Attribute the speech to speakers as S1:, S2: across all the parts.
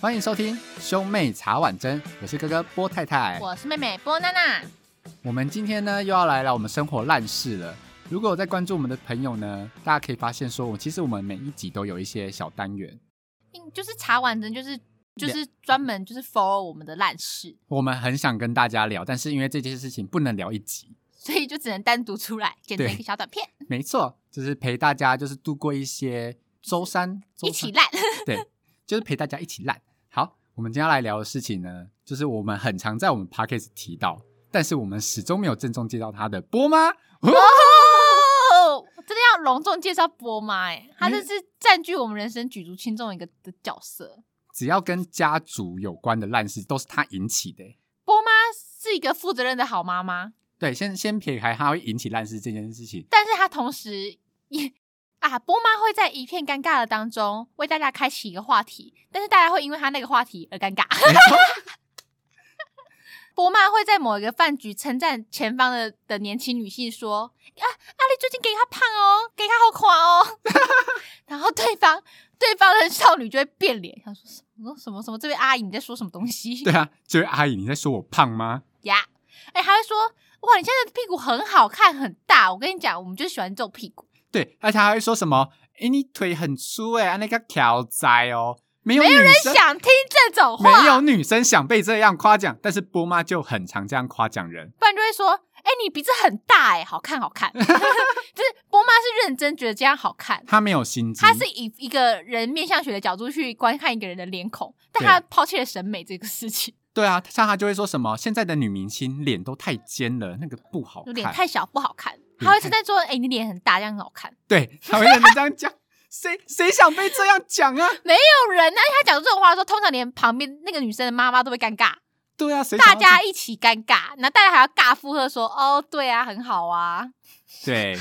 S1: 欢迎收听兄妹茶碗蒸，我是哥哥波太太。
S2: 我是妹妹波娜娜，
S1: 我们今天呢又要来聊我们生活烂事了。如果有在关注我们的朋友呢，大家可以发现说，我其实我们每一集都有一些小单元，
S2: 嗯就是茶碗蒸，就是就是专门就是 for 我们的烂事，
S1: 我们很想跟大家聊，但是因为这件事情不能聊一集，
S2: 所以就只能单独出来剪成
S1: 对
S2: 一个小短片，
S1: 没错，就是陪大家就是度过一些周三，周三
S2: 一起烂。
S1: 对，就是陪大家一起烂。好，我们今天要来聊的事情呢，就是我们很常在我们 podcast 提到，但是我们始终没有郑重介绍他的波 妈。
S2: 哦，真的要隆重介绍波妈哎、她
S1: 因
S2: 这
S1: 为
S2: 是占据我们人生举足轻重一个的角色。
S1: 只要跟家族有关的烂事，都是他引起的欸。
S2: 波妈是一个负责任的好妈妈，
S1: 对，先先撇开他会引起烂事这件事 情，
S2: 但是她同时也啊，波妈会在一片尴尬的当中为大家开启一个话题，但是大家会因为她那个话题而尴尬。波妈会在某一个饭局称赞前方的的年轻女性说：“啊，阿丽最近给她胖哦，给她好垮哦。”然后对方对方的少女就会变脸，想说什么什么什么，这位阿姨你在说什么东西
S1: 对啊，这位阿姨，你在说我胖吗？
S2: 呀？哎，还会说：“哇，你现在的屁股很好看，很大。”我跟你讲，我们就喜欢这种屁股。
S1: 对，而且还会说什么？哎，你腿很粗哎、啊那个挑仔哦，没有
S2: 没
S1: 女
S2: 有人
S1: 生
S2: 想听这种话，
S1: 没有女生想被这样夸奖，但是波妈就很常这样夸奖人。
S2: 不然就会说：“哎、你鼻子很大、哎，好看，好看。” 就是波妈是认真觉得这样好看，
S1: 她没有心机，
S2: 她是以一个人面相学的角度去观看一个人的脸孔，但
S1: 对啊
S2: 她抛弃了审美这个事情，
S1: 对啊，像她就会说什么现在的女明星脸都太尖了，那个不好
S2: 就
S1: 看，
S2: 脸太小不好看。
S1: 太
S2: 她会称赞说：“哎、你脸很大，这样很好看。
S1: 对，她会认真这样讲， 谁谁想被这样讲啊？”
S2: 没有人啊，她讲这种话的时候，通常连旁边那个女生的妈妈都会尴尬，
S1: 对啊，谁想
S2: 大
S1: 要
S2: 家一起尴尬，然后大家还要尬附和说：“哦，对啊，很好啊。
S1: 对，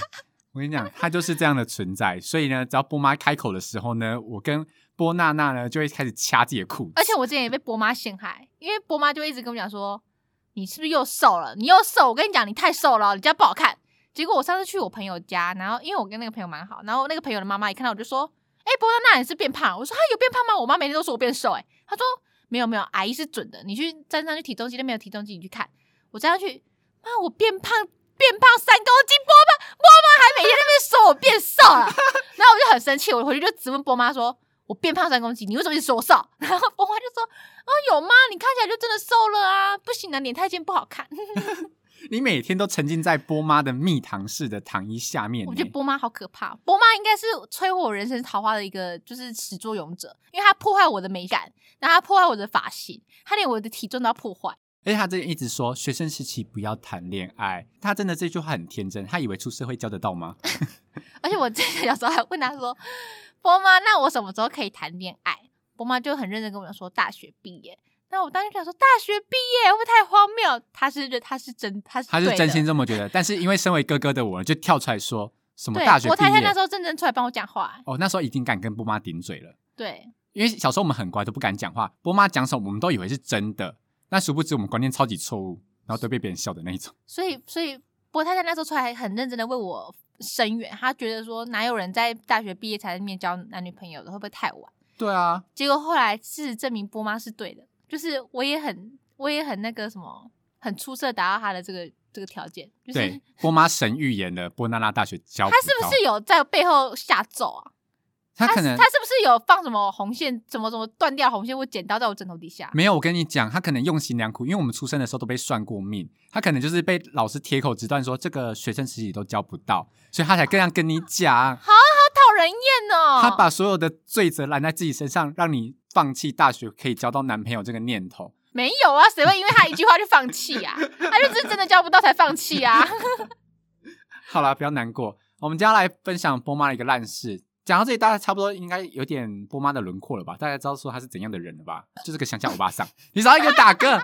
S1: 我跟你讲，她就是这样的存在。所以呢，只要波妈开口的时候呢，我跟波娜娜呢就会开始掐自己的裤子”。
S2: 而且我之前也被波妈陷害，因为波妈就一直跟我讲说：“你是不是又瘦了？你又瘦，我跟你讲，你太瘦了，你这样不好看。”结果我上次去我朋友家，然后因为我跟那个朋友蛮好，然后那个朋友的妈妈一看到我就说：“哎、波娜娜你是变胖了？”我说：“啊她有变胖吗？我妈每天都说我变瘦、欸。”哎，她说：“没有没有，阿姨是准的，你去站上去体重机那边有体重机，你去看。”我站上去，妈，我变胖变胖三公斤，波妈波妈还每天在那边说我变瘦了， 然后我就很生气，我回去就质问波妈说。我变胖三公斤，你为什么一直说我瘦？ 然后波妈就说：“哦，有吗？你看起来就真的瘦了啊！不行啊，脸太尖不好看。”
S1: 你每天都沉浸在波妈的蜜糖式的糖衣下面
S2: 我
S1: 呢，
S2: 觉得波妈好可怕，哦波妈应该是摧毁我人生桃花的一个就是始作俑者，因为她破坏我的美感，然后她破坏我的发型，她连我的体重都要破坏。
S1: 而且她这一直说学生时期不要谈恋爱，她真的这句话很天真，她以为出社会交得到吗？
S2: 而且我之前有时候还问她说：“波妈，那我什么时候可以谈恋爱？”波妈就很认真跟我讲说：“大学毕业。”那我当时想说：“大学毕业会不会太荒谬？”她是认她是真她是
S1: 她是
S2: 对的
S1: 真心这么觉得，但是因为身为哥哥的我就跳出来说什么
S2: 对
S1: 大学
S2: 我
S1: 毕
S2: 太太那
S1: 业
S2: 时候真正出来帮我讲话，
S1: 哦，那时候一定敢跟波妈顶嘴了。
S2: 对，
S1: 因为小时候我们很乖，都不敢讲话。波妈讲什么，我们都以为是真的，但殊不知我们观念超级错误，然后都被别人笑的那一种。
S2: 所以所以波太太那时候出来很认真的为我申冤，她觉得说哪有人在大学毕业才在面交男女朋友的，会不会太晚？
S1: 对啊，
S2: 结果后来事实证明波妈是对的，就是我也很我也很那个什么，很出色达到她的这个这个条件，就是
S1: 对，波妈神预言了波娜娜大学教
S2: 她
S1: 不
S2: 是
S1: 到
S2: 不是有在背后下咒啊？
S1: 她可能
S2: 她是不是有放什么红线，怎么怎么断掉红线或剪刀在我枕头底下？
S1: 没有？我跟你讲，她可能用心良苦，因为我们出生的时候都被算过命，她可能就是被老师铁口直断说这个学生时期都教不到，所以她才这样跟你
S2: 哦
S1: 讲。
S2: 好讨人厌哦！
S1: 她把所有的罪责揽在自己身上，让你放弃大学可以交到男朋友这个念头。
S2: 没有啊，谁会因为他一句话就放弃啊？他就只是真的交不到才放弃啊。
S1: 好啦，不要难过。我们接下来分享波妈的一个烂事。讲到这里，大家差不多应该有点波妈的轮廓了吧？大家知道说她是怎样的人了吧？就是个乡下欧巴桑。你少一个打嗝，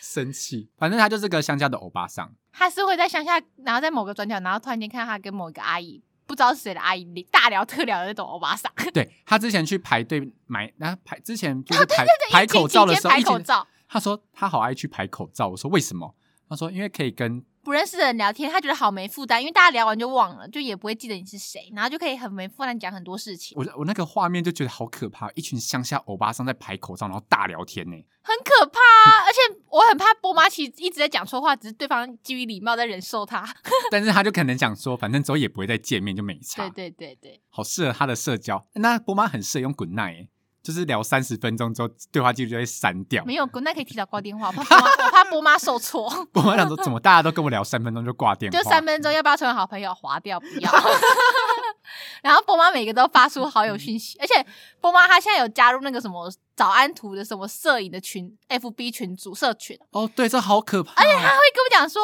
S1: 生气。反正她就是个乡下的欧巴 桑。
S2: 他是会在乡下，然后在某个转角，然后突然间看到他跟某一个阿姨，不知道是谁的阿姨大聊特聊的那种欧巴桑，
S1: 对她之前去排队买，然后排之前就是排排口罩的时候，
S2: 排口
S1: 一进
S2: 罩，
S1: 她说她好爱去排口罩。我说为什么？他说因为可以跟
S2: 不认识的人聊天，他觉得好没负担，因为大家聊完就忘了，就也不会记得你是谁，然后就可以很没负担讲很多事情，
S1: 我我那个画面就觉得好可怕，一群乡下欧巴桑在排口罩，然后大聊天呢、
S2: 很可怕、啊。而且我很怕波妈其实一直在讲错话，只是对方基于礼貌在忍受他。
S1: 但是他就可能想说，反正之后也不会再见面，就没差。
S2: 对对对对，
S1: 好适合他的社交。那波妈很适合用 Good Night，、欸、就是聊三十分钟之后，对话记录就会删掉。
S2: 没有，那可以提早挂电话，我怕波妈，我怕波妈受挫。
S1: 波妈想说，怎么大家都跟我聊三分钟就挂电话？
S2: 就三分钟，要不要成为好朋友？划掉，不要。 然后波妈每个都发出好友讯息，而且波妈她现在有加入那个什么早安图的什么摄影的群，FB 群组社群，
S1: 哦，对，这好可怕。而且
S2: 她会跟我讲说，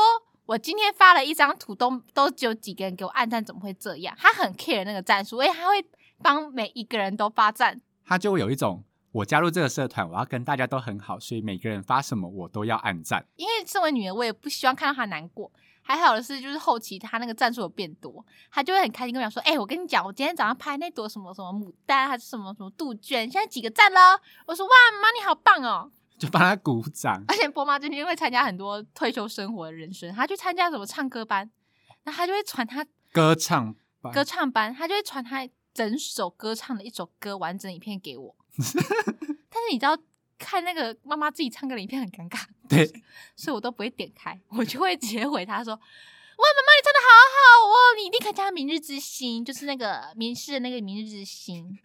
S2: 我今天发了一张图，都都只有几个人给我按赞，怎么会这样？她很 care 那个赞数，而且她会帮每一个人都发赞，
S1: 他就会有一种我加入这个社团，我要跟大家都很好，所以每个人发什么我都要按赞。
S2: 因为身为女人，我也不希望看到她难过。还好的是，就是后期她那个战术有变多，她就会很开心跟我讲说：“哎、我跟你讲，我今天早上拍那朵什么什么牡丹还是什么什么杜鹃，现在几个赞了。”我说：“哇，妈，你好棒哦
S1: 就帮他鼓掌！”。
S2: 而且波妈最近会参加很多退休生活的人生，她去参加什么唱歌班，然后她就会传她
S1: 歌唱吧
S2: 歌唱班，她就会传她整首歌唱的一首歌完整影片给我。但是你知道，看那个妈妈自己唱歌的影片很尴尬。
S1: 对，
S2: 所以我都不会点开，我就会直接回他说：“哇，妈妈你唱的好好哦，你一定可以加《明日之星》，就是那个明世的那个《明日之星》。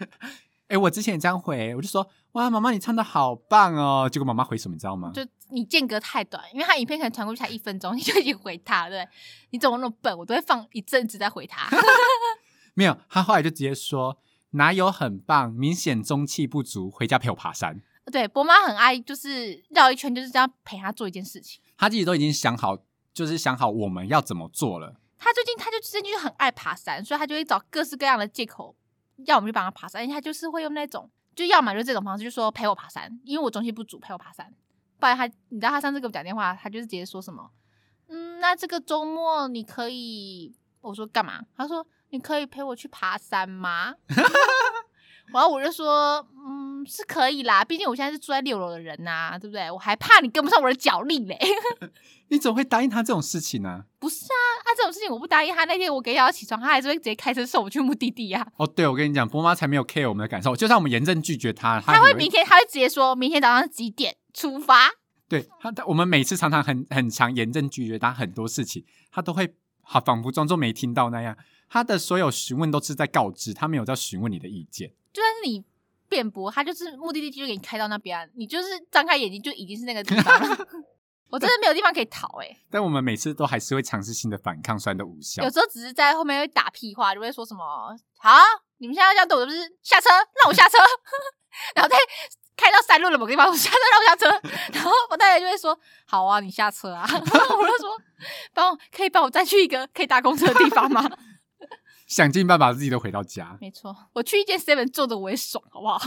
S1: 哎、我之前也这样回，我就说哇，妈妈你唱的好棒哦。结果妈妈回什么，你知道吗？
S2: 就你间隔太短，因为他影片可能传过去才一分钟，你就已经回他了，对不对？你怎么那么笨？我都会放一阵子再回他。
S1: 没有，她后来就直接说哪有很棒，明显中气不足，回家陪我爬山。
S2: 对，波妈很爱，就是绕一圈，就是这样陪他做一件事情。
S1: 她自己都已经想好，就是想好我们要怎么做了。
S2: 他最近他就最近就很爱爬山，所以他就会找各式各样的借口，要我们去帮他爬山。而且他就是会用那种，就要么就是这种方式，就说陪我爬山，因为我中心不足，陪我爬山。不然他，你知道他上次给我讲电话，他就是直接说什么，嗯，那这个周末你可以，我说干嘛？他说你可以陪我去爬山吗？ 然后我就说，嗯，是可以啦，毕竟我现在是住在六楼的人呐、对不对？我还怕你跟不上我的脚力嘞。
S1: 你怎么会答应她这种事情呢、
S2: 不是啊，啊这种事情我不答应他。那天我给他起床，他还是会直接开车送我去目的地啊。
S1: 哦，对，我跟你讲，波妈才没有 care 我们的感受，就算我们严正拒绝她，她
S2: 他
S1: 也
S2: 会明天，他会直接说明天早上几点出发。
S1: 对她，她我们每次常常很很常严正拒绝她很多事情，她都会好仿佛装作没听到那样。她的所有询问都是在告知，她没有在询问你的意见。
S2: 就算是你辩驳，他就是目的地就给你开到那边啊，你就是张开眼睛就已经是那个地方了。我真的没有地方可以逃哎、
S1: 但我们每次都还是会尝试性的反抗，虽然都无效
S2: 有。时候只是在后面会打屁话，就会说什么“好，啊你们现在要这样对我，是不是下车让我下车”， 然后再开到山路的某个地方，我下车让我下车， 然后我大家就会说“好啊，你下车啊”， 我就说“帮我可以帮我再去一个可以搭公车的地方 吗
S1: 想尽办法自己都回到？”家。
S2: 没错，我去一间 seven 坐着我也爽，好不好？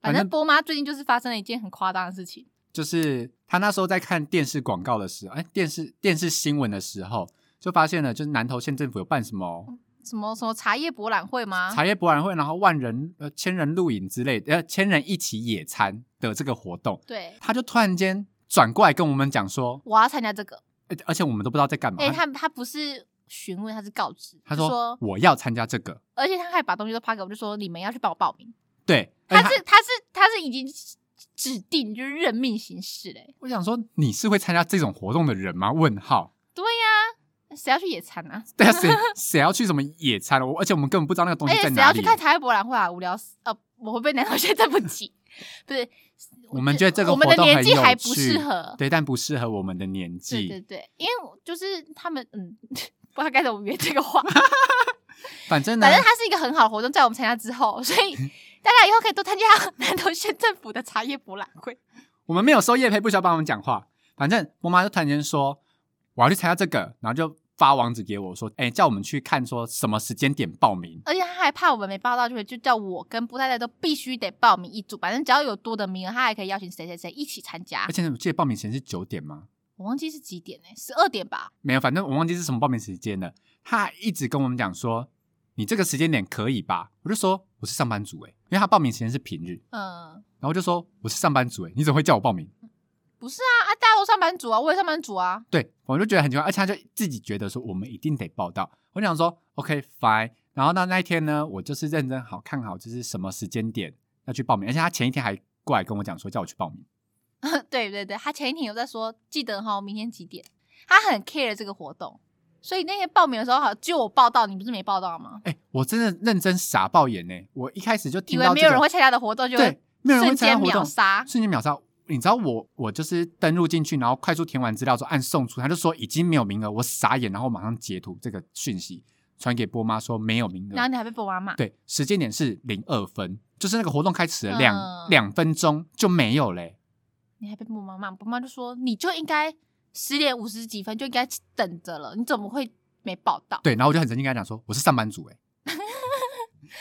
S1: 反
S2: 反
S1: 正
S2: 正波妈最近就是发生了一件很夸张的事情，
S1: 就是他那时候在看电视广告的时候，哎，电视电视新闻的时候，就发现了，就是南投县政府有办什么
S2: 什么什么茶叶博览会吗？
S1: 茶叶博览会，然后万人呃千人露营之类的，呃千人一起野餐的这个活动，
S2: 对，
S1: 他就突然间转过来跟我们讲说，
S2: 我要参加这个。
S1: 而而且我们都不知道在干嘛。
S2: 哎、他他不是询问，他是告知，
S1: 他
S2: 就
S1: 说
S2: 说
S1: 我要参加这个，
S2: 而且他还把东西都发给我，就说你们要去帮我报名。
S1: 对，而
S2: 他
S1: 且
S2: 是他是他是已经指定就是任命行事嘞、
S1: 我想说你是会参加这种活动的人吗？问号。
S2: 对呀、谁要去野餐啊？
S1: 对啊，谁谁要去什么野餐？我而且我们根本不知道那个东
S2: 而
S1: 西在
S2: 且谁
S1: 哪
S2: 要去
S1: 里。
S2: 看茶叶博览会啊？无聊死！呃，我会被 南投县对不起，不是，
S1: 我们觉得这个
S2: 我们的
S1: 活动
S2: 年纪
S1: 很有
S2: 还不
S1: 趣
S2: 适合。
S1: 对，但不适合我们的年
S2: 对
S1: 纪。
S2: 对对，因为我就是他们，嗯， 不知道该怎么圆这个 话。
S1: 反正呢
S2: 反，正它是一个很好的活动，在我们参加之后，所 以大家以后可以多参加南投县政府的茶叶博览会。
S1: 我们没有收叶培，不需要帮我们讲话。反正我妈就突然间说我要去参加这个，然后就发网址给我说，哎、叫我们去看说什么时间点报名。
S2: 而且他还怕我们没报到，就会就叫我跟布太太都必须得报名一组，反正只要有多的名额，他还可以邀请谁谁谁一起参加
S1: 而。且哎我记得报名时间是九点吗？
S2: 我忘记是几点呢、1十二点吧？
S1: 没有，反正我忘记是什么报名时间了。他一直跟我们讲说，你这个时间点可以吧？我就说我是上班族哎、因为他报名时间是平日，
S2: 嗯，
S1: 然后我就说我是上班族哎、你怎么会叫我报名？
S2: 不是啊啊，大家都上班族啊，我也上班族啊，
S1: 对，我就觉得很奇怪，而且他就自己觉得说我们一定得报道。我想说，OK fine。然后那那一天呢，我就是认真好看好，就是什么时间点要去报名。而且他前一天还过来跟我讲说，叫我去报名。
S2: 对对对，他前一天有在说，记得哈，明天几点，他很 care 这个活动，所以那天报名的时候，好，只有我报到，你不是没报到吗？
S1: 哎，我真的认真傻爆眼呢、我一开始就
S2: 以
S1: 听
S2: 为
S1: 到、这个、
S2: 没有人会参加的活动就
S1: 对，没有人会
S2: 瞬
S1: 参加
S2: 间
S1: 活
S2: 秒
S1: 动，
S2: 杀，
S1: 瞬间秒杀。你知道我我就是登录进去，然后快速填完资料之后按送出，他就说已经没有名额，我傻眼，然后马上截图这个讯息传给波妈说没有名额，
S2: 然后你还被波妈骂，
S1: 对，时间点是零二分，就是那个活动开始了两、
S2: 嗯
S1: 两分钟就没有嘞。
S2: 你还被波妈骂，波妈就说你就应该十点五十几分就应该等着了，你怎么会没报到？
S1: 对，然后我就很生气跟他讲说，我是上班 族哎、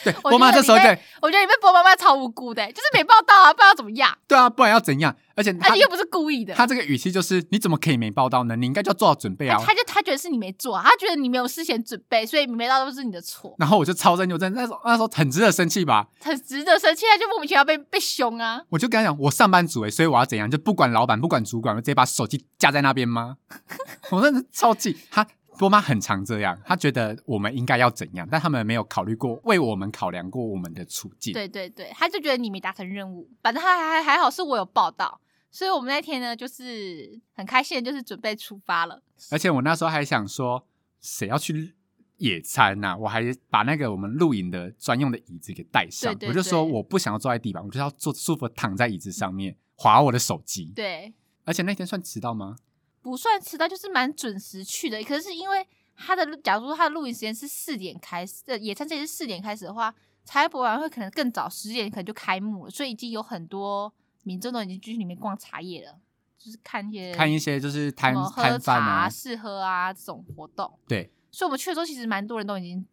S1: 对，
S2: 我
S1: 波妈
S2: 觉得
S1: 这
S2: 你
S1: 时候
S2: 被
S1: 对
S2: 我觉得你被波妈骂超无辜的、欸就是没报到啊，不知道怎么样，
S1: 对啊，不然要怎样？而且
S2: 而
S1: 他
S2: 且又不是故意的。
S1: 他这个语气就是，你怎么可以没报到呢？你应该就要做好准备啊
S2: 他。他就他觉得是你没做、啊，他觉得你没有事先准备，所以没到都是你的错，
S1: 然后我就超认真，那时候那时候很值得生气吧？
S2: 很值得生气，啊他就莫名其妙被被凶啊。
S1: 我就跟他讲，我上班族哎、所以我要怎样？就不管老板，不管主管，我直接把手机架在那边吗？ 我真的超气。他波妈很常这样，她觉得我们应该要怎样，但他们没有考虑过，为我们考量过我们的处境。
S2: 对对对，他就觉得你没达成任务，反正他还还还好是我有报到，所以我们那天呢就是很开心，就是准备出发了。
S1: 而且我那时候还想说，谁要去野餐呐、我还把那个我们露营的专用的椅子给带上，
S2: 对对
S1: 我就说
S2: 对
S1: 我不想要坐在地板，我就要坐舒服地躺在椅子上面划我的手机。
S2: 对，
S1: 而且那天算迟到吗？
S2: 不算迟到，就是蛮准时去的。可是因为他的，假如说他的录影时间是四点开始，呃，野餐时间是四点开始的话，茶叶博览会可能更早，十点可能就开幕了，所以已经有很多民众都已经去里面逛茶叶了，就是看一些
S1: 看一些就是
S2: 什
S1: 摊
S2: 么喝
S1: 摊贩
S2: 茶、
S1: 啊，
S2: 试喝啊这种活动。
S1: 对，
S2: 所以我们去的时候，其实蛮多人都已经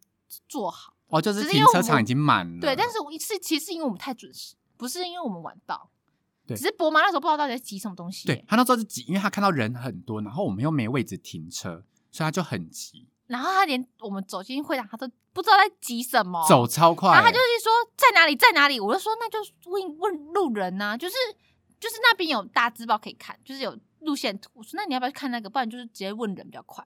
S2: 做好。
S1: 哦，就是
S2: 只是
S1: 停
S2: 因为
S1: 车
S2: 我
S1: 场已经满了。
S2: 对，但是我是其实是因为我们太准时，不是因为我们晚到，
S1: 对
S2: 只是博妈那时候不知道到底在急什么东西、
S1: 对他那时候是急，因为他看到人很多，然后我们又没位置停车，所以他就很急，
S2: 然后他连我们走进会场，他都不知道在急什么，
S1: 走超快、
S2: 哦然后他就是说在哪里在哪里，我就说那就问问路人呐、就是就是那边有大字报可以看，就是有路线图，我说那你要不要去看那个？不然就是直接问人比较快。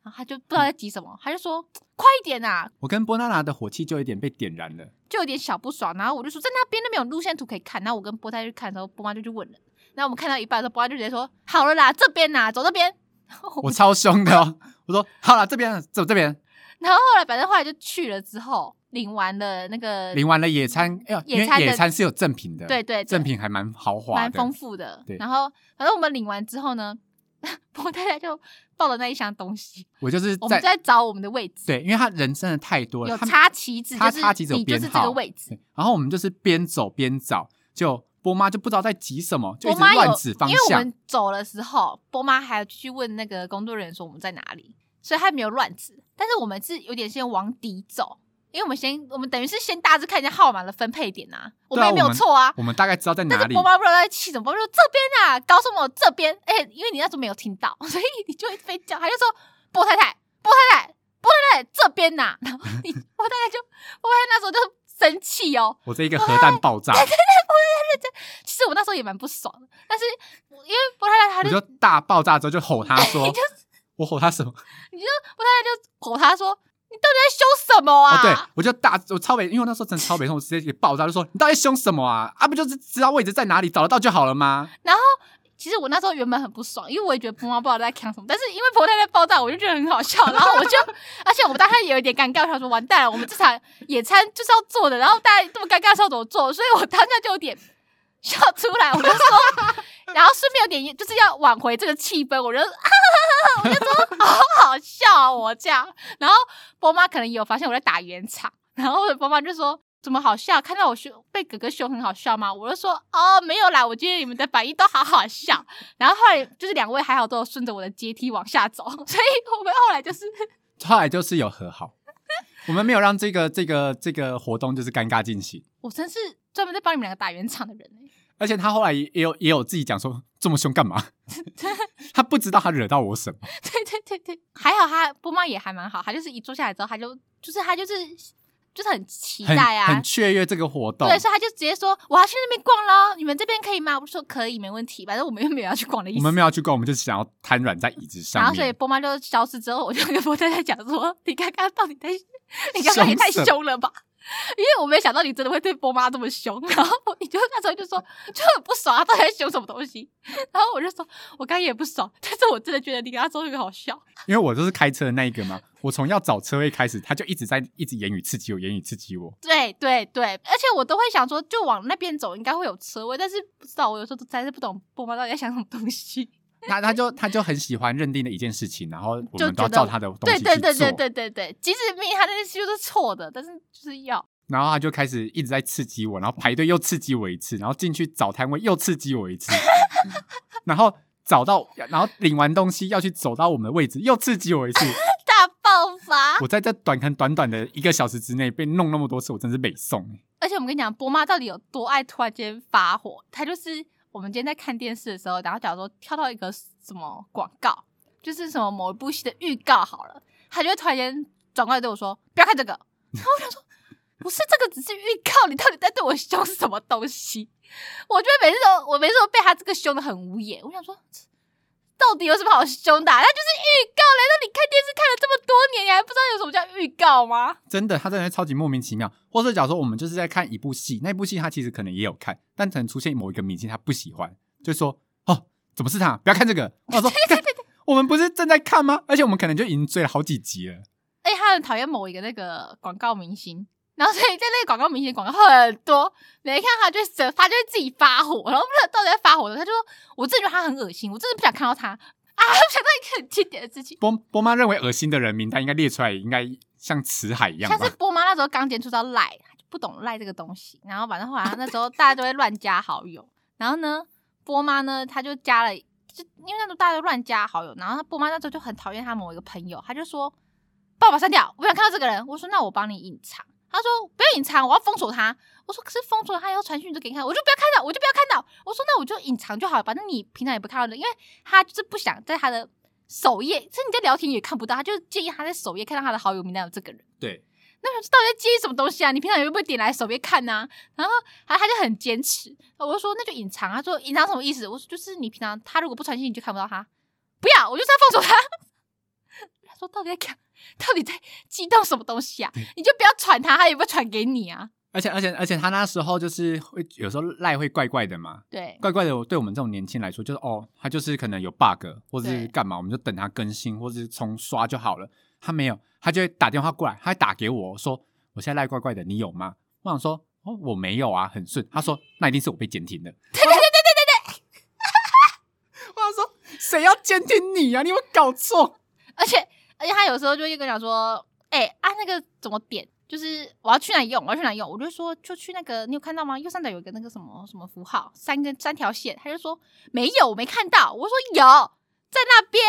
S2: 然后他就不知道在急什么，他就说快一点啊，
S1: 我跟波娜娜的火气就有点被点燃了。
S2: 就有点小不爽。然后我就说在那边那边有路线图可以看。然后我跟波太去看的时候，波妈就去问人。然后我们看到一半的时候，波妈就直接说好了啦，这边呐，走这边。然后
S1: 我超凶的 哦，我说好了，这边走这边，
S2: 然后后来反正后来就去了之后，领完了那个
S1: 领完了野餐，哎呦，因
S2: 呃野
S1: 为
S2: 餐的
S1: 野餐是有赠品的，
S2: 对对对
S1: 赠品还蛮豪华
S2: 蛮
S1: 的，
S2: 丰富的
S1: 对。
S2: 然后反正我们领完之后呢， 彭太太就抱了那一箱东西，
S1: 我就是
S2: 我
S1: 在
S2: 们就在找我们的位置，
S1: 对，因为他人真的太多了，
S2: 有
S1: 他们
S2: 插旗子，
S1: 他
S2: 就是
S1: 插旗子有
S2: 你就
S1: 编
S2: 是这
S1: 号
S2: 个位置。
S1: 对然后我们就是边走边找，就波妈就不知道在急什么，就一
S2: 我
S1: 直
S2: 妈有
S1: 乱指，方
S2: 因为我
S1: 向。
S2: 们走的时候，波妈还要去问那个工作人员说我们在哪里，所以她没有乱指。但是我们是有点先往底走，因为我们先，我们等于是先大致看一下号码的分配点啊，我
S1: 对
S2: 们
S1: 啊
S2: 也没有错啊。
S1: 我们大概知道在
S2: 但
S1: 哪
S2: 是
S1: 里
S2: 波，妈不知道在气什么，波妈说这边啊，高什么这边，哎、因为你那时候没有听到， 所以你就会被叫，她就说波太太，波太太，波太太这边呐、 然后你波太太就，波太太那时候就生气哦，
S1: 我这一个核弹爆 炸，
S2: 其实我那时候也蛮不爽的，但是我因为波太太她
S1: 我
S2: 就
S1: 就大爆炸之后就吼他说
S2: 你就，
S1: 我吼他什么？
S2: 我太太就吼他说：“你到底在凶什么啊？”
S1: 哦，对，我就大我超北，因为我那时候真的超北宋，我直接给爆炸，就说你到底凶什么啊？啊，不就是知道位置在哪里，找得到就好了吗？
S2: 其实我那时候原本很不爽，因为我也觉得婆妈不知道在讲什么，但是因为婆太太爆炸，我就觉得很好笑，然后我就， 而且我当时也有点尴尬，我想说完蛋了，我们这场野餐就是要做的，然后大家这么尴尬是要怎么做？所以我当下就有点笑出来，我就说， 然后顺便有点就是要挽回这个气氛，我就。啊我就说 好好笑啊，我这样。然后波妈可能也有发现我在打圆场，然后我的波妈就说：“怎么好笑？看到我凶被哥哥凶很好笑吗？”我就说：“哦，没有啦，我觉得你们的反应都好好笑。”然后后来就是两位还好都有顺着我的阶梯往下走， 所以我们后来就是
S1: 后来就是有和 好，我们没有让这个这个这个活动就是尴尬进行。
S2: 我真是专门在帮你们两个打圆场的人、欸、
S1: 而且他后来也也有也有自己讲说这么凶干嘛？他不知道他惹到我什么，
S2: 对对对对，还好他波妈也还蛮好，她就是一坐下来之后，她就就是她就是就是很期
S1: 很
S2: 待啊
S1: 很，雀跃这个活动。
S2: 对，所以他就直接说我要去那边逛喽，你们这边可以吗？我说可以，没问题，反正我们又没有要去逛的意
S1: 我
S2: 思。
S1: 们没有去逛，我们就想要瘫软在椅子上
S2: 然
S1: 面。
S2: 后所以波妈就消失之后，我就跟波太太讲说：“你刚刚到底太，你刚刚也太
S1: 凶什么
S2: 凶了吧？因为我没想到你真的会对波妈这么凶。”然后你就那时候就说就很不爽，她到底在凶什么东西？然后我就说：“我刚刚也不爽，但是我真的觉得你跟她说这个好笑。
S1: 因为我就是开车的那一个嘛，我从要找车位开始，他就一直在一直言语刺激我，言语刺激我。
S2: 对”对对而且我都会想说，就往那边走应该会有车位，但是不知道我有时候都真是不懂波妈到底在想什么东西。
S1: 他他就他就很喜欢认定的一件事情，然后我
S2: 就
S1: 们都要
S2: 觉得
S1: 照他的东
S2: 对
S1: 西去做。
S2: 对对对对对对，即使明明她那些就是错的，但是就是要。
S1: 然后他就开始一直在刺激我，然后排队又刺激我一次，然后进去找摊位又刺激我一次， 然后找到，然后领完东西要去走到我们的位置又刺激我一次。
S2: 大爆发！
S1: 我在这短很短短的一个小时之内被弄那么多次，我真是美送。
S2: 而且我们跟你讲，波妈到底有多爱突然间发火？她就是我们今天在看电视的时候，然后假如说跳到一个什么广告，就是什么某一部戏的预告好了，她就会突然间转过来对我说：“不要看这个。”然后我想说：“不是这个，只是预告，你到底在对我凶什么东西？” 我觉得每次都我每次都被她这个凶的很无言。我想说，到底有什么好凶的啊、它就是预告，难道你看电视看了这么多年，你还不知道有什么叫预告吗？
S1: 真的，他真的超级莫名其妙。或者假如说我们就是在看一部戏，那部戏他其实可能也有看，但可能出现某一个明星他不喜欢，就说哦，怎么是他？不要看这 个。我说，干我们不是正在看吗？而且我们可能就已经追了好几集了。
S2: 哎，他很讨厌某一个那个广告明星，然后所以在那个广告明星的广告很多，每一看他就会生他就会自己发火，然后不知道到底在发火的，他就说我真的觉得他很恶心，我真的不想看到他啊，我想到一个很经典的事情，
S1: 波波妈认为恶心的人名单应该列出来，应该像辞海一样
S2: 像是
S1: 吧？
S2: 波妈那时候刚接触到赖，她就不懂赖这个东西，然后反正后来她那时候大家都会乱加好友，然后呢，波妈呢她就加了，就因为那时候大家都乱加好友，然后她波妈那时候就很讨厌她某一个朋友，她就说帮我删掉，我不想看到这个人，我说那我帮你隐藏，她说不要隐藏，我要封锁他。我说可是封锁了他，要传讯息给你看，我就不要看到，我就不要看到。我说那我就隐藏就好了，反正你平常也不看到的，因为他就是不想在他的首页，所以你在聊天也看不到，他就建议他在首页看到他的好友名单有这个人。
S1: 对，
S2: 那我想说到底在介意什么东西啊？你平常也不会点来手边看呐、然后他他就很坚持，我就说那就隐藏。他说隐藏什么意思？我说就是你平常他如果不传信，你就看不到他。不要，我就是要放手他。 他说到底在看，到底在激动什么东西啊？你就不要传他，他也不会传给你啊。
S1: 而且而且而且他那时候就是会有时候赖会怪怪的嘛，
S2: 对
S1: 怪怪的。对我们这种年轻来说，就是哦，他就是可能有 bug 或者是
S2: 对
S1: 干嘛，我们就等他更新或者是重刷就好了。他没有，他就会打电话过来，他会打给我说：“我现在赖怪怪的，你有吗？”我想说：“哦，我没有啊，很顺。”他说：“那一定是我被监听的。”对对对对对对。我想说，谁要监听你啊？你有没有搞错？
S2: 而且而且他有时候就会跟我讲说，哎、啊那个怎么点？就是我要去哪里用，我要去哪里用，我就说就去那个，你有看到吗？右上角有一个那个什么什么符号，三根三条线，他就说没有，我没看到。我说有，在那边，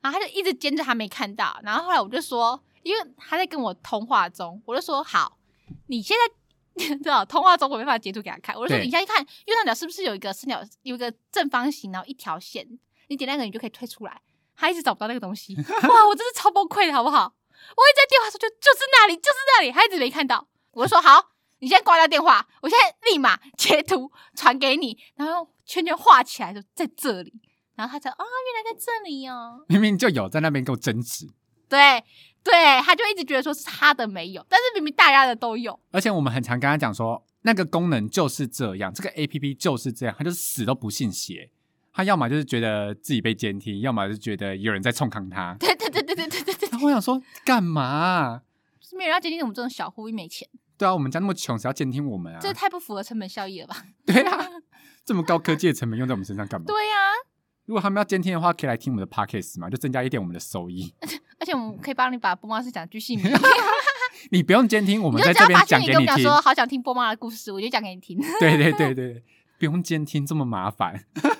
S2: 然后他就一直坚持他没看到。然后后来我就说，因为他在跟我通话中，我就说好，你现在。 知道通话中我没办法截图给他看，我就说
S1: 对
S2: 你现在看右上角是不是有一个三角有一个正方形，然后一条线，你点那个你就可以推出来。他一直找不到那个东西，哇，我真是超崩溃的，好不好？我一直在电话说就就是那里，就是那里，他一直没看到。我就说好，你现在挂掉电话，我现在立马截图传给你，然后用圈圈画起来，就在这里。然后他才啊、原来在这里哦。
S1: 明明就有在那边跟我争执，
S2: 对对，他就一直觉得说是他的没有，但是明明大家的都有。
S1: 而且我们很常跟他讲说，那个功能就是这样，这个 A P P 就是这样，他就是死都不信邪。他要么就是觉得自己被监听，要么就是觉得有人在冲康他。
S2: 对对对对对对对对，
S1: 然后我想说，干嘛啊、
S2: 就是没有人要接近我们这种小户，又没钱，
S1: 对啊，我们家那么穷，谁要监听我们啊？
S2: 这太不符合成本效益了吧？
S1: 对啊，这么高科技的成本用在我们身上干嘛？
S2: 对呀、
S1: 如果他们要监听的话，可以来听我们的 podcast 嘛，就增加一点我们的收益。
S2: 而且我们可以帮你把波妈是讲巨细明。
S1: 你不用监听，我
S2: 你
S1: 们
S2: 就
S1: 在
S2: 只
S1: 这
S2: 要
S1: 边
S2: 把
S1: 讲
S2: 讯息
S1: 给
S2: 跟我
S1: 你
S2: 讲
S1: 听。
S2: 说好想听波妈的故事，我就讲给你听。
S1: 对对对对，不用监听这么麻烦。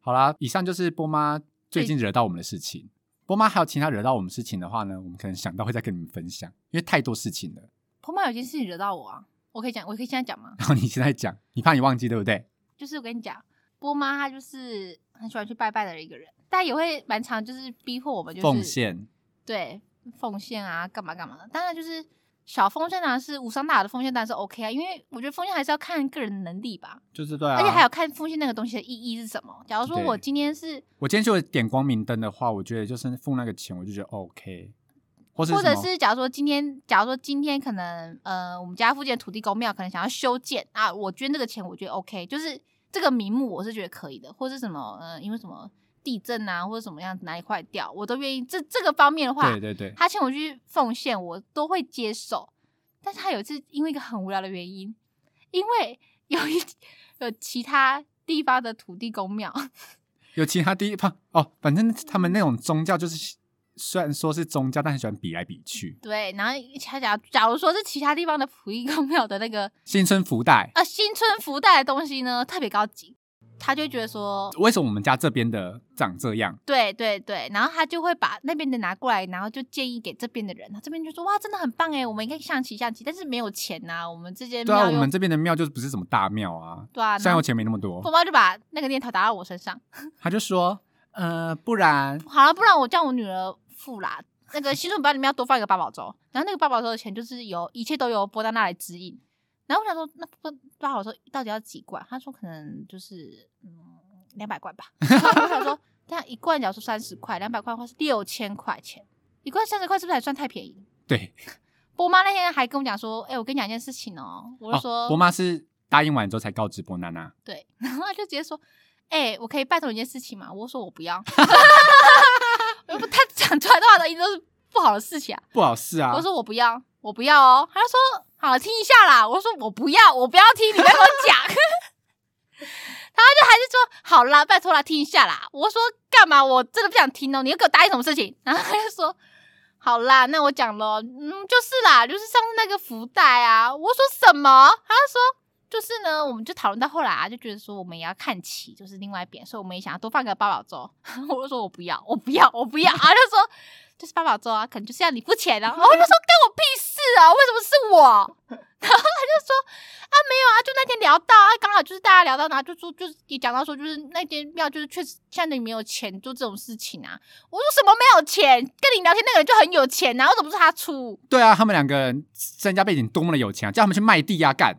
S1: 好啦，以上就是波妈最近惹到我们的事情。波妈还有其他惹到我们事情的话呢，我们可能想到会再跟你们分享，因为太多事情了。
S2: 波妈有件事情惹到我啊，我可以讲，我可以现在讲吗？
S1: 然后你现在讲，你怕你忘记对不对？
S2: 就是我跟你讲，波妈她就是很喜欢去拜拜的一个人，但也会蛮常就是逼迫我们就是
S1: 奉献，
S2: 对奉献啊，干嘛干嘛的。当然就是小风线当然是无伤大雅的风线当然是 OK 啊，因为我觉得风线还是要看个人的能力吧，
S1: 就是对啊。
S2: 而且还有看风线那个东西的意义是什么。假如说
S1: 对
S2: 我今天是，
S1: 我今天就点光明灯的话，我觉得就是付那个钱，我就觉得 OK，或是
S2: 或者
S1: 什么
S2: 是假如说今天，假如说今天可能呃我们家附近的土地公庙可能想要修建啊，我捐这个钱我觉得 OK，就是这个名目我是觉得可以的，或是什么呃因为什么地震啊或者什么样子哪里坏掉，我都愿意。这这个方面的话，
S1: 对对对，
S2: 他请我去奉献，我都会接受。但是他有一次因为一个很无聊的原因，因为 有一有其他地方的土地公庙，
S1: 有其他地方哦，反正他们那种宗教就是虽然说是宗教，但很喜欢比来比去，
S2: 对，然后他假假如说是其他地方的土地公庙的那个
S1: 新春福袋。
S2: 呃新春福袋的东西呢，特别高级，他就会觉得说，
S1: 为什么我们家这边的长这样？
S2: 对对对，然后他就会把那边的拿过来，然后就建议给这边的人，他这边就说哇，真的很棒哎，我们应该象棋象棋，但是没有钱呐、我们这间
S1: 对啊，
S2: 庙
S1: 我
S2: 又
S1: 们这边的庙就不是什么大庙啊，
S2: 对啊，
S1: 虽然
S2: 然后
S1: 我钱没那么多
S2: 我，妈就把那个念头打到我身上。
S1: 他就说，呃，不然
S2: 好了，不然我叫我女儿付啦。那个新春版里面要多放一个八宝粥，然后那个八宝粥的钱就是由一切都由波丹娜来指引。然后我想说，那不八宝粥到底要几罐？他说可能就是嗯两百罐吧。然后我想说，这样一罐假如说三十块，两百块的话是六千块钱，一罐三十块是不是还算太便宜？
S1: 对，
S2: 波妈那天还跟我讲说，哎、我跟你讲一件事情哦、我就说、
S1: 哦、我妈是答应完之后才告知波娜娜，
S2: 对， 然后他就直接说，哎、我可以拜托你一件事情吗？我说我不要，我不他讲出来的话都一定都是不好的事情啊。
S1: 不好事啊
S2: 我。说我不要，我不要哦。他就说好了，听一下啦。我说我不要，我不要听，你不要跟我讲。然后就还是说好啦，拜托啦，听一下啦。我说干嘛？我真的不想听哦。你又给我答应什么事情？然后他就说好啦，那我讲咯，嗯，就是啦，就是上次那个福袋啊。我说什么？他就说。就是呢，我们就讨论到后来啊，就觉得说我们也要看齐，就是另外一边，所以我们也想要多放个八宝粥。我就说我不要，我不要，我不要。然后就说就是八宝粥啊，可能就是要你付钱啊。然后我就说跟我屁事啊，为什么是我？然后他就说啊没有啊，就那天聊到啊，刚好就是大家聊到，然后就说啊就是也讲到说就是那间庙就是确实现在你没有钱做这种事情啊。我说什么没有钱？跟你聊天那个人就很有钱啊，为什么不是他出？
S1: 对啊，他们两个人身家背景多么的有钱啊，叫他们去卖地啊，干。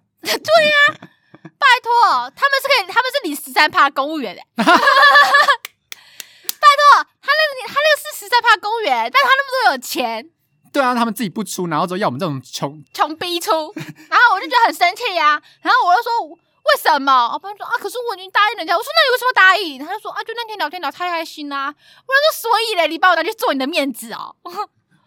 S2: 拜托，他们是可以，他们是领十三趴公务员的、 拜托，他那个他那个是十三趴公务员，但他那么多有钱，
S1: 对啊，他们自己不出，然后之后要我们这种穷，
S2: 穷逼出，然后我就觉得很生气呀、然后我就说为什么？我朋友说啊，可是我已经答应人家。我说那你为什么答应？他就说啊，就那天聊天聊太开心啦、我就说所以嘞，你把我拿去做你的面子哦。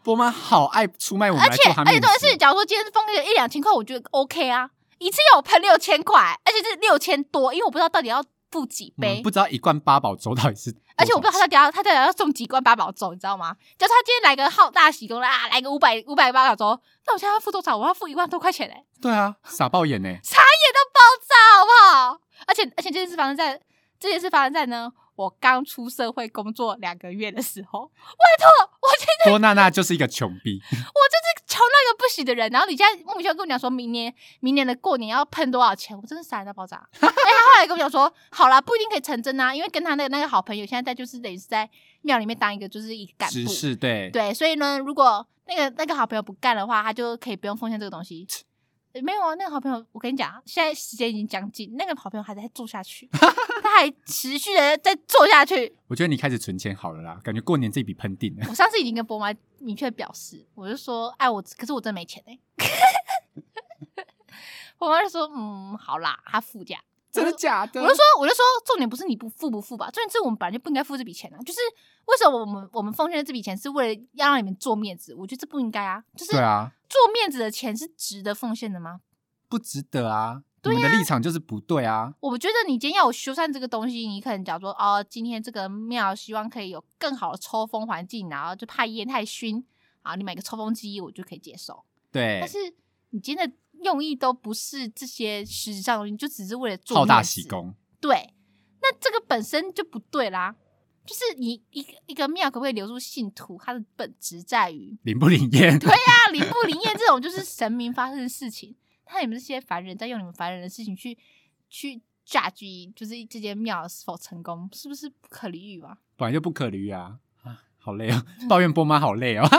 S1: 波妈好爱出卖我们
S2: 而
S1: 来
S2: 且
S1: 做他
S2: 而且
S1: 面子
S2: 重。点是，假如说今天封个一两千块，我觉得 OK 啊，一次要我喷六千块，而且是六千多，因为我不知道到底要付几
S1: 我们
S2: 杯。
S1: 嗯不知道一罐八宝粥到底是多少钱，
S2: 而且我不知道他到底要他到底要送几罐八宝粥，你知道吗？就是他今天来个好大喜功啦，来个五百五百八宝粥，那我现在要付多少？我要付一万多块钱嘞、
S1: 对啊，傻爆 眼呢、
S2: 傻眼到爆炸，好不好？而且而且这件事发生在这件事发生在呢，我刚出社会工作两个月的时候。拜托，我这
S1: 波娜娜就是一个穷逼，
S2: 我就是穷到一个不行的人。然后你现在莫名其妙跟我讲说明年明年的过年要喷多少钱，我真是傻眼到爆炸。哎，他后来跟我讲说，好啦，不一定可以成真啊，因为跟他那个那个好朋友现在在就是等于是在庙里面当一个就是一个干
S1: 只
S2: 部，
S1: 是对
S2: 对，所以呢，如果那个那个好朋友不干的话，他就可以不用奉献这个东西。诶没有啊，那个好朋友，我跟你讲，现在时间已经将近，那个好朋友还在做下去，他还持续的在做下去。
S1: 我觉得你开始存钱好了啦，感觉过年这笔喷定 了。
S2: 我上次已经跟波妈明确表示，我就说，哎，我可是我真没钱哎、 波妈就说，嗯，好啦，他付这样。
S1: 真的假的？
S2: 我就说，我就说，重点不是你不付不付吧，重点是我们本来就不应该付这笔钱啊。就是为什么我们我们奉献的这笔钱是为了要让你们做面子？我觉得这不应该啊。就是
S1: 对啊，
S2: 做面子的钱是值得奉献的吗？
S1: 不值得啊！
S2: 对
S1: 你们的立场就是不对啊！
S2: 我觉得你今天要我修缮这个东西，你可能讲说哦，今天这个庙希望可以有更好的抽风环境，然后就怕烟太熏啊，你买个抽风机我就可以接受。
S1: 对
S2: 但，是你今天的用意都不是这些实质上的东西，你就只是为了做
S1: 好大
S2: 面
S1: 喜
S2: 子
S1: 功，
S2: 对，那这个本身就不对啦。就是你一个一个庙可不可以留住信徒，它的本质在于
S1: 灵不灵验？
S2: 对呀、灵不灵验这种就是神明发生的事情，那你们这些凡人在用你们凡人的事情去去 judge，就是这间庙是否成功，是不是不可理喻啊？
S1: 本来就不可理喻啊！啊，好好累哦， 抱怨波妈好累哦。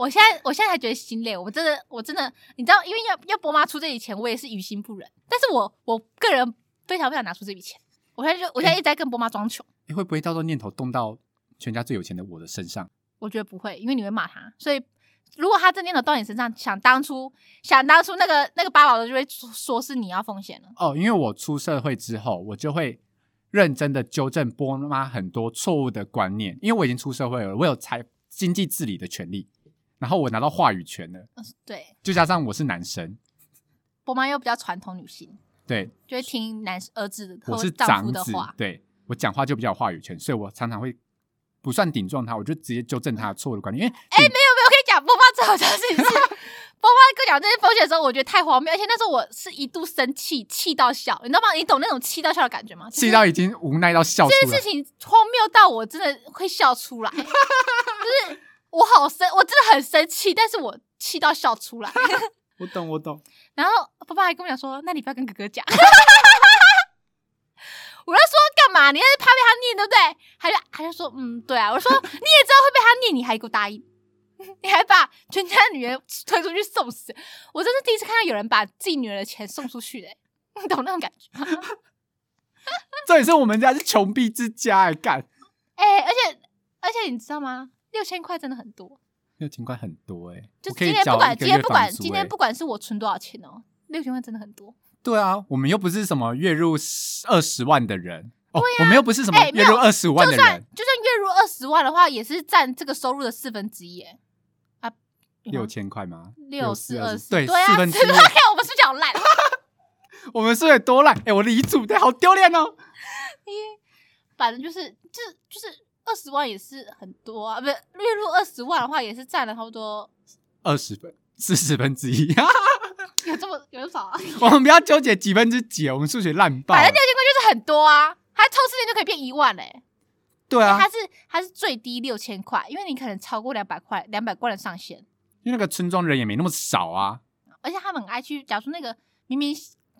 S2: 我现在我现在还觉得心累，我真的我真的，你知道，因为要要波妈出这笔钱，我也是于心不忍。但是我我个人非常不想拿出这笔钱，我现在就我现在一直在跟波妈装穷，
S1: 诶会不会到时候念头动到全家最有钱的我的身上？
S2: 我觉得不会，因为你会骂他，所以。如果他真念头到你身上，想当初，想当初那个那个八宝的就会说说是你要奉献了。
S1: 哦，因为我出社会之后，我就会认真的纠正波妈很多错误的观念，因为我已经出社会了，我有财经济治理的权利，然后我拿到话语权了，
S2: 对，
S1: 就加上我是男生，
S2: 波妈又比较传统女性，
S1: 对，
S2: 就会听男儿子的
S1: 我
S2: 和
S1: 是
S2: 丈
S1: 长
S2: 夫的
S1: 子
S2: 话，。
S1: 对我讲话就比较有话语权，所以我常常会不算顶撞他，我就直接纠正他的错误的观念，因为哎、
S2: 嗯没有没有，我跟你讲，波妈最好笑的事情是， 波妈跟我讲这些风险的时候，我觉得太荒谬，而且那时候我是一度生气，气到笑，你知道吗？你懂那种气到笑的感觉吗？就是
S1: 气到已经无奈到笑
S2: 这
S1: 出
S2: 件
S1: 来
S2: 事。情荒谬到我真的会笑 出来，就是我好生，我真的很生气，但是我气到笑出来。
S1: 我懂，我懂。
S2: 然后爸爸还跟我讲说：“那你不要跟哥哥讲。” 我就说干嘛？你那是怕被他念，对不对？他就他就说嗯，对啊。我说你也知道会被他念，你还给我答应， 你还把全家的女儿推出去送死。我真是第一次看到有人把自己女儿的钱送出去的、欸你懂那种感觉吗？
S1: 这也是我们家是穷逼之家哎、干
S2: 哎、而且而且你知道吗？六千块真的很多，
S1: 六千块很多哎、
S2: 就
S1: 我可以
S2: 今天
S1: 缴
S2: 不管
S1: 一个
S2: 今天
S1: 月
S2: 不
S1: 房
S2: 管
S1: 租
S2: 今
S1: 哎
S2: 天不管是我存多少钱哦，六千块真的很多。
S1: 对啊，我们又不是什么月入二十万的人，哦，我们又不是什么
S2: 哎没
S1: 月
S2: 有
S1: 入二十万
S2: 就
S1: 的
S2: 算
S1: 人，
S2: 就算月入二十万的话，也是占这个收入的四分之一耶。啊，
S1: 六千块吗？
S2: 六四二
S1: 对，
S2: 对啊，
S1: 四 分之一。
S2: 看我们是不是讲烂？
S1: 我们是有多烂？哎、我离组的好丢脸哦！
S2: 反正就是，就是就是二十万也是很多啊，不是月入二十万的话，也是占了差不多
S1: 二十分，四十分之一。
S2: 有这么有多少啊？
S1: 我们不要纠结几分之几，我们数学烂爆
S2: 反
S1: 了
S2: 正。六千块就是很多啊，它抽四天就可以变一万嘞、
S1: 对啊，
S2: 它是它是最低六千块，因为你可能超过两百块，两百块的上限。
S1: 因为那个村庄人也没那么少啊。
S2: 而且他们很爱去，假如说那个明明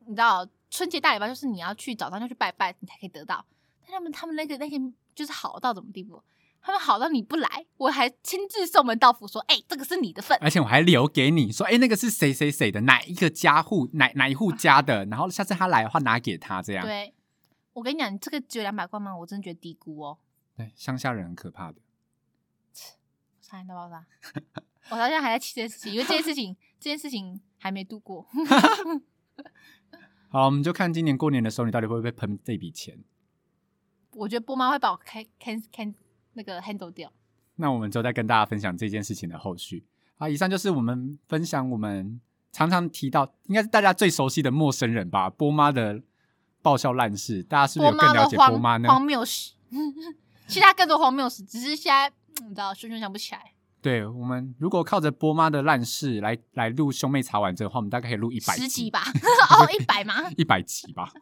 S2: 你知道春节大礼拜就是你要去早上要去拜拜，你才可以得到，但他们他们那个那些就是好到怎么地步？他们好到你不来，我还亲自送门到府说，哎、这个是你的份。
S1: 而且我还留给你说，哎、那个是谁谁谁的哪一个家户哪哪一户家的，然后下次他来的话拿给他这样。
S2: 对，我跟你讲，你这个只有两百块吗？我真的觉得低估哦，
S1: 对，乡下人很可怕的。
S2: 差点大爆炸。我到现在还在气这件事情，因为这件事情这件事情还没度过。
S1: 好，我们就看今年过年的时候，你到底会不会喷这笔钱？
S2: 我觉得波妈会把我开 can can 那个 handle 掉。
S1: 那我们之后再跟大家分享这件事情的后续。好，以上就是我们分享我们常常提到，应该是大家最熟悉的陌生人吧，波妈的爆笑烂事，大家是不是
S2: 波
S1: 有更
S2: 妈
S1: 了
S2: 的
S1: 解波
S2: 荒
S1: 妈呢？
S2: 荒谬史， 其他更多荒谬史，只是现在嗯你知道，熊熊想不起来，
S1: 对我们如果靠着波妈的烂事来来录兄妹茶碗这的话，我们大概可以录一百
S2: 十集
S1: 集，
S2: 吧，哦，一百吗？
S1: 一百集吧。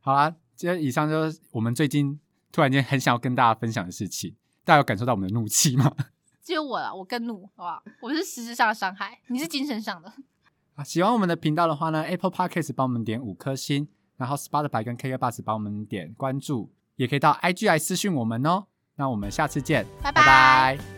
S1: 好啦，这以上就是我们最近突然间很想要跟大家分享的事情。大家有感受到我们的怒气吗？
S2: 只有我了，我更怒，好不好？我是实质上的伤害，你是精神上的。
S1: 啊，喜欢我们的频道的话呢，Apple Podcast 帮我们点五颗星，然后 Spotify 跟 KK Bus 帮我们点关注，也可以到 IG 来私讯我们哦。那我们下次见，
S2: 拜
S1: 拜
S2: 拜
S1: 拜